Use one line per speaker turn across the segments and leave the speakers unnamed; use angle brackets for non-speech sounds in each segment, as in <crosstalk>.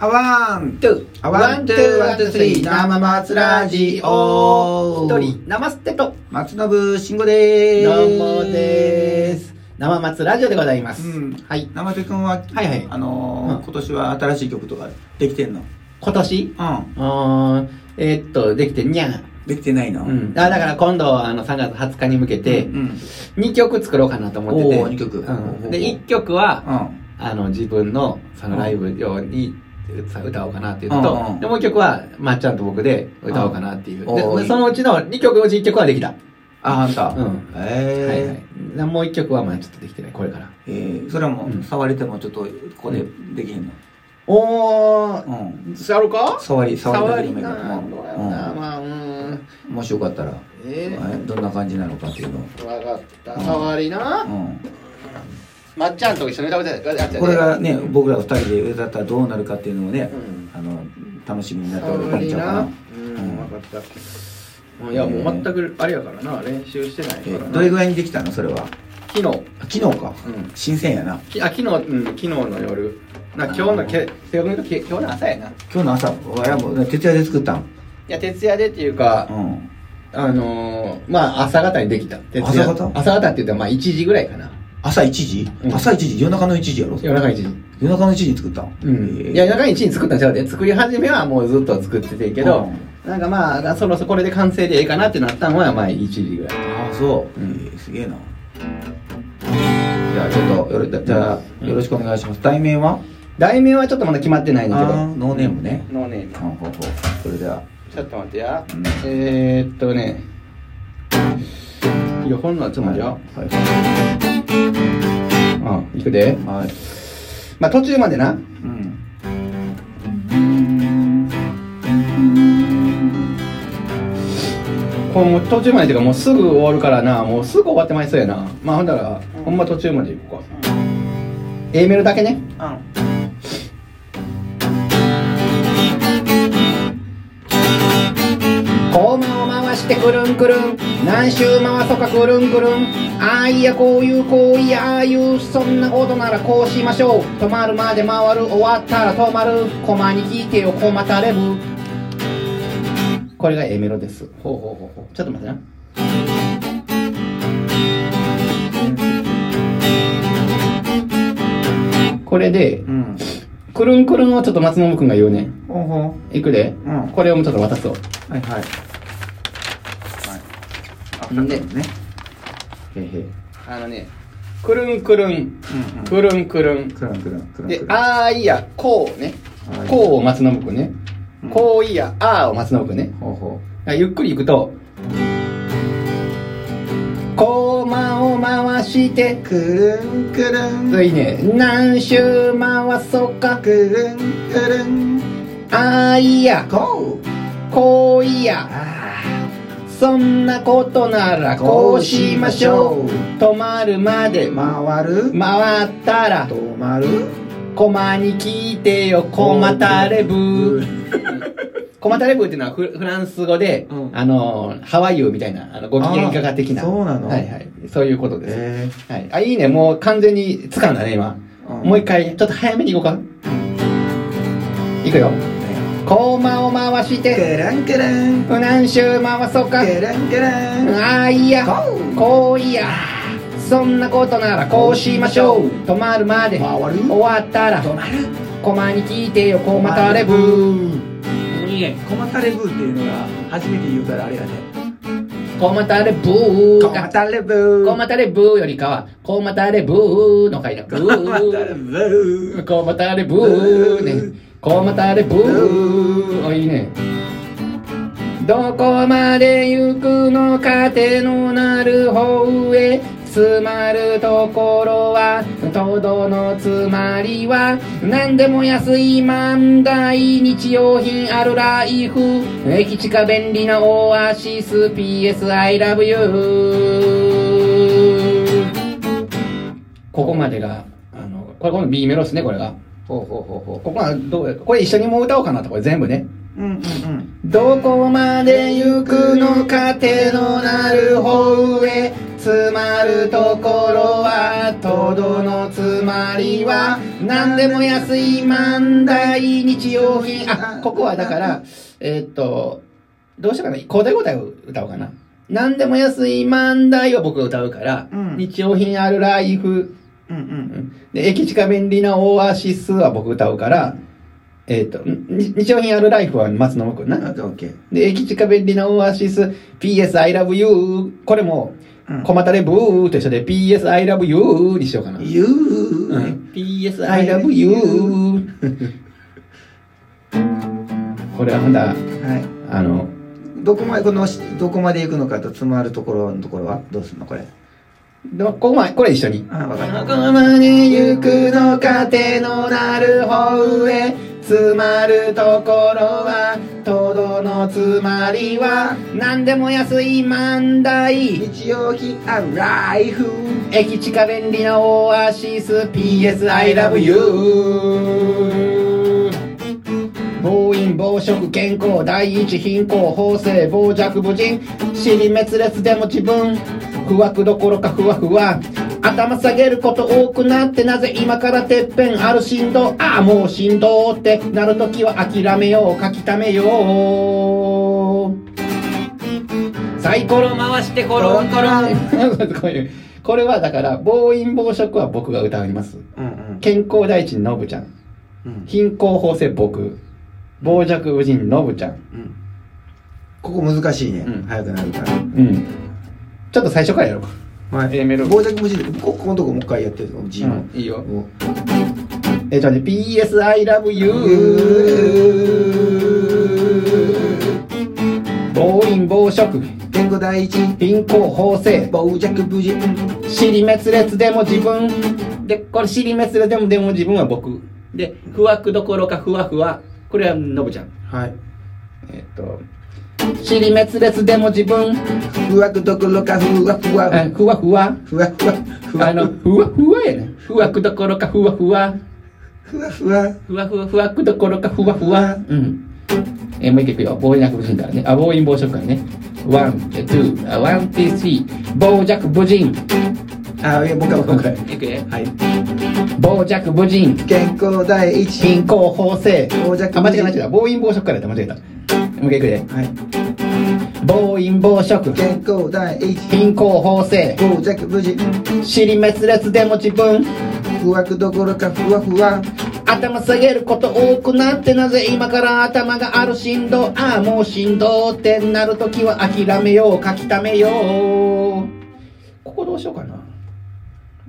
あわん
トゥ
あワンツーワンツースリー生松ラジオ
一人生ステと
松信慎吾で
どう
ーす
もです生松ラジオでございます、
うん
はい
生手くんは、
はいはい
あのー
うん
今年は新しい曲とかできてんの
今年
うん
うーんえーっとできてにゃん、
できてないの
うん、あだから今度あの3月20日に向けて
うん
2曲作ろうかなと思ってて
おー二曲
うん、で1曲は
う
あの自分のそのライブ用にさ歌おうかなっていうのと、
うんうん
でもう1曲はまっちゃんと僕で歌おうかなっていう、
うんおーい
で
い
そのうちの2曲のうち1曲はできた、
ああんた
うんはいは
え
いなもう1曲はまだちょっとできてないこれから
えーそれはも
うん
う触れてもちょっとここでできへんの
お
う
ー
ん
やるか
触り触りだけでもいいか
などうやろうな
ら
まあうーん
うんもしよかったら
え
えどんな感じなのかっていうのを
えわかった
うん
触りな
う
まっちゃんと一緒に歌うてたやつや
ん
で
これがね僕ら二人で歌ったらどうなるかっていうのもね
うん
あの楽しみになって
触
おる
り
ちゃうか
な
な
うんわかったうんいやもう全くあれやからな練習してない
え
からな
どれぐらいにできたのそれは
昨日
あ昨日か
うん
新鮮やな
きあ昨日うん昨日の夜な今日のけ正確に言うとけ今日の朝やない
今日の朝俺はもう徹夜で作ったん
や徹夜でっていうか
うん
あのーまあ朝方にできた徹夜
朝方
朝方って言ったらまあ1時ぐらいかな
朝1時
うん
朝1時夜中の1時やろ
夜中1時
夜中の1時に作ったん
うん、
えー
いや中に1に作ったんちゃうで作り始めはもうずっと作っててんけど、なんかまあそろそろこれで完成でええかなってなったのはまあ1時ぐらい
ああそう、
うん
えーすげえなじゃあちょっとよろじゃあよろしくお願いします題名は
題名はちょっとまだ決まってないんだけど
あーノーネームね
ノーネーム
ほうほうほうそれでは
ちょっと待ってや、
うん
えー、っとねいやほんなんちょっと待ってや、
は
うんいくで
い、はい
まあ途中までな
うん
これもう途中までっていうかもうすぐ終わるからなもうすぐ終わってまいそうやなまあほんだら、
うん
ほんま途中までいこうか、A メロだけねコーマを回してくるんくるん何周回そうかくるんくるんああいやこういうこういやああいうそんなことならこうしましょう止まるまで回る終わったら止まるコマに聞いてよコマタレブこれが A メロですほうほうほうほうちょっと待ってなこれで
うん
くるんくるんをちょっと松信くんが言うね
ほうほ
いくで、
うん
これをもうちょっと渡そう
うはいはい
んで
ねへへ
あのねくるんくるん
うんうん
くるんくるん
クランクランクラン
で
ク、ラン
あーいや、こうね
は。い
こうを松信くんね
うん。
こういや、あーを松信くんね。
ほうほ
ゆっくりいくと、こうまを回して
う、くるんくるん
ついね、何周回そうか。
くるんくるん
あーいや、
こう
こういや。
あ
そんなことならこうしましょう。止まるまで
あ回る
回ったら、
止まる
コマに聞いてよ、コマタレブー。コマタレブーっていうのはフフランス語で、
うん
あの、ハワイユーみたいな、あの、ご機嫌いかが的な。
あそうなの
はいはい。そういうことです。
え
はい。あ、いいね。もう完全に掴んだね、今。
うん
もう一回、ちょっと早めに行こうか。いくよ。コマを回して、
くるんくるんく
何周回そうか。
るんくるん
ああ、いや、
こう
こういや。そんなことならこうしましょう。止まるまで、
回る
終わったら、
止まる
コマに聞いてよ、コマタレブー。
いいねコマタレブーっていうのが初めて言うからあれやね
コマタレブーが。
タレブ
コウマタレブーよりかは、コウマタレブーの回だ。ブー。
ブ
コウマタレブーね。コウマタレブー。あ、いいね。どこまで行くのか手のなる方へ詰まるところはとどのつまりは何でも安い万代日用品あるライフ駅近便利なオアシス PSILOVEYOU ここまでがあのこれこの B メロですねこれが
ほうほうほうほ
ここはどうこれ一緒にもう歌おうかなとこれ全部ね
ううんうんうん
どこまで行くのか手のなる方へ詰まるところはとどのつまりは何でも安い漫題日用品あここはだからえーっとどうしようかな交代交代を歌おうかな何でも安い漫題を僕が歌うから、
うん
日用品あるライフ
うんうん
で、駅近便利なオアシスは僕歌うから、えっ、と、に日用品あるライフは松信くん
あ
な。
と OK
で、駅近便利なオアシス、PS I love you。これも、
うん
小股でブーと一緒で PS I love you にしようかな。
You
う
うん
ん PS I love you。これはまだ、
はい
あの、
どこまでこのしどこまで行くのかと詰まるところのところはどうするのこれ
でもここまで、これ一緒に。
あわか
ど
った
こまで行くのか手のなる方へ詰まるところはとどのつまりは何でも安い漫題
日用品あるライフ
駅近便利なオアシス PS I love you 暴飲暴食健康第一貧困法制傍若無人尻滅裂でも自分不惑どころかふわふわ頭下げること多くなってなぜ今からてっぺんあるしんどああもうしんどってなるときは諦めよう書きためようサイコロ回してコロンコロンこういう <laughs> これはだから暴飲暴食は僕が歌います
うんうん
健康第一のぶちゃん
うん
貧困法制僕傍若無人のぶちゃん
うんここ難しいね、
うん
早くなるから
うんちょっと最初からやろうか
はい
えーメロ
傍若無人でここのとこもう一回やってるの G の、
いいよ
も
えー、ちょっと待って PS I love you 暴飲暴食
う言語第一
貧困法制
傍若無人
尻滅裂でも自分でこれ尻滅裂でもでも自分は僕で不惑どころかふわふわこれはのぶちゃん
はい
えっ、と尻滅裂でも自分
ふわくどころかふわふわ
あふわふわ
ふわふわふわ
あの、ふわふわやね。ふわくどころかふわふわ。
ふわふわ
ふわふわふわくどころかふわふわ。うん。えーもう一回いくよ。暴飲無人からね。あ、暴飲暴食からね。ワン、ツー、あワン、ツー、スリー。傍若無人。
あいやもう一回もう一回
いくよ。
はい
傍若無人。
健康第一
貧困法制。
傍若無人
あ、間違えた間違えた。暴飲暴食からやった。間違えた。もう一回いくで。
はい
暴飲暴食。
健康第一
貧困法制。
傍若無人
尻滅裂でも自分。
ふわくどころかふわふわ
頭下げること多くなってなぜ今から頭があるしんどああもうしんどってなるときは諦めよう書きためようここどうしようかな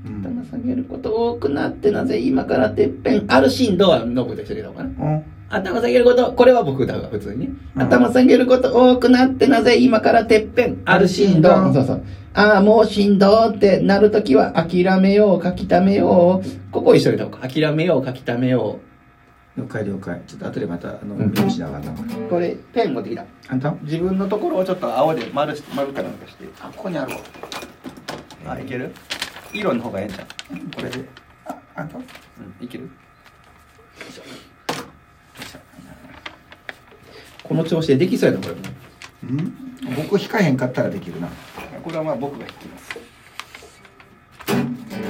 うん
頭下げること多くなってなぜ今からてっぺんあるしんどはノブと一緒にどうかな
うん
頭下げることこれは僕歌うわ普通にね、
うん
頭下げること多くなってなぜ今からてっぺんあるしんど
うん
そうそうああもうしんどってなるときは諦めよう書きためようここ一緒にどうか諦めよう書きためよう
了解了解ちょっと後でまたあの
うん
見直しながらな
これペン持ってきた
あんた
自分のところをちょっと青で丸し丸かなんかして
あここにあるわ
あいける色の方がええんじゃん、
これでああんた
うん、いけるこの調子でできそうやなこれも
うん僕引かへんかったらできるな
これはまあ僕が弾きま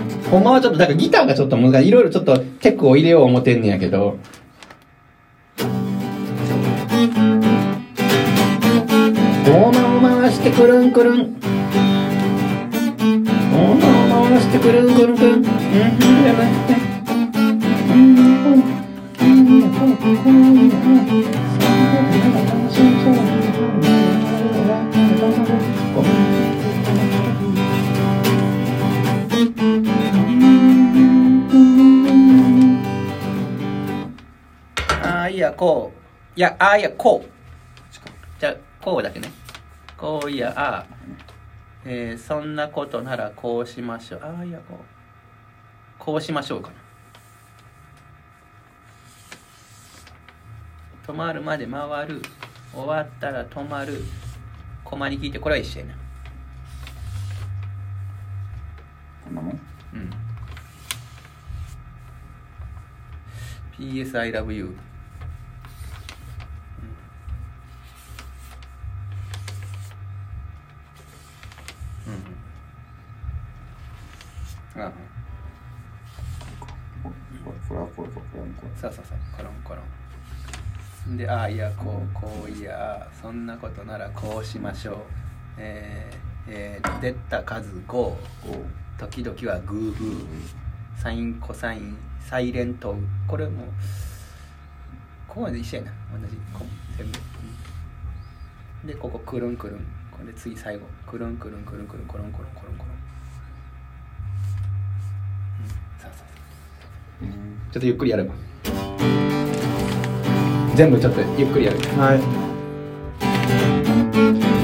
すほんまはちょっとだからギターがちょっと難しいいろいろちょっとテクを入れよう思ってんねやけどゴマを回してくるんくるんゴマを回してくるんくるんくるんうんやばいうんあーいやこういやあーいやこうじゃあこうだけねこういやあー、えーそんなことならこうしましょうあーいやこうこうしましょうかな止まるまで回る終わったら止まるコマに聞いてこれは一緒やな
こんなもん
うん PS I love you うん頃でああいやこうこういやそんなことならこうしましょうえー、えー、出た数5時々はグーグーサインコサインサイレントこれもここまで一緒やな同じこ全部うんでここクルンクルンこれ次最後クルンクルンクルンクルンコロンコロンコロンコロンうんそうそうそう
ちょっとゆっくりやれば全部ちょっとゆっくりやる
はい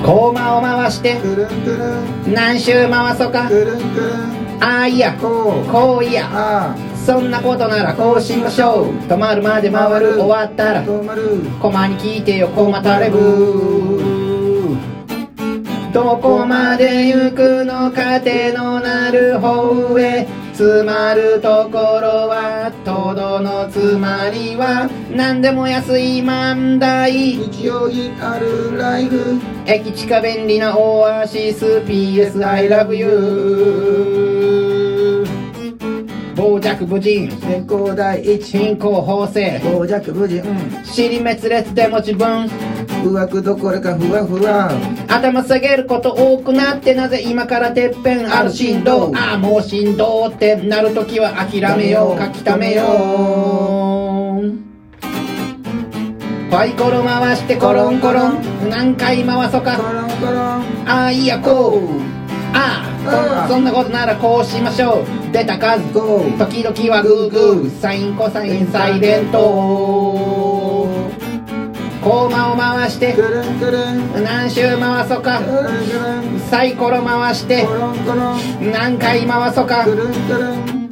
コーマを回して
くるんくるん
何周回そうか
くるんくるん
ああいや
こう
こういや
あ
そんなことならこうしましょう止まるまで回る終わった
あ
ら
止まる
コマに聞いてよコマタレブどこまで行くのか手のなる方へ詰まるところはとどのつまりは何でも安い万代
日曜日あるライフ
駅近便利なオアシス PSI love you 傍若無人
先行第一
進行方正
傍若無人
尻滅裂でも自分
不惑どころかふわふわ
頭下げること多くなってなぜ今からてっぺんある振動ああもう振動ってなるときは諦めよう書き溜めようパイコロ回してコロンコロン何回回そう
コ
か
ロンコロン
ああいやこうああ
ああ
そそんなことならこうしましょう出た数
ゴー
時々はグーグーサインコサインサイレントコーマを回して
くるんくるん
何周回そうか
くるんくるん
サイコロ回して
コロンコロン
何回回そうか
くるんくるん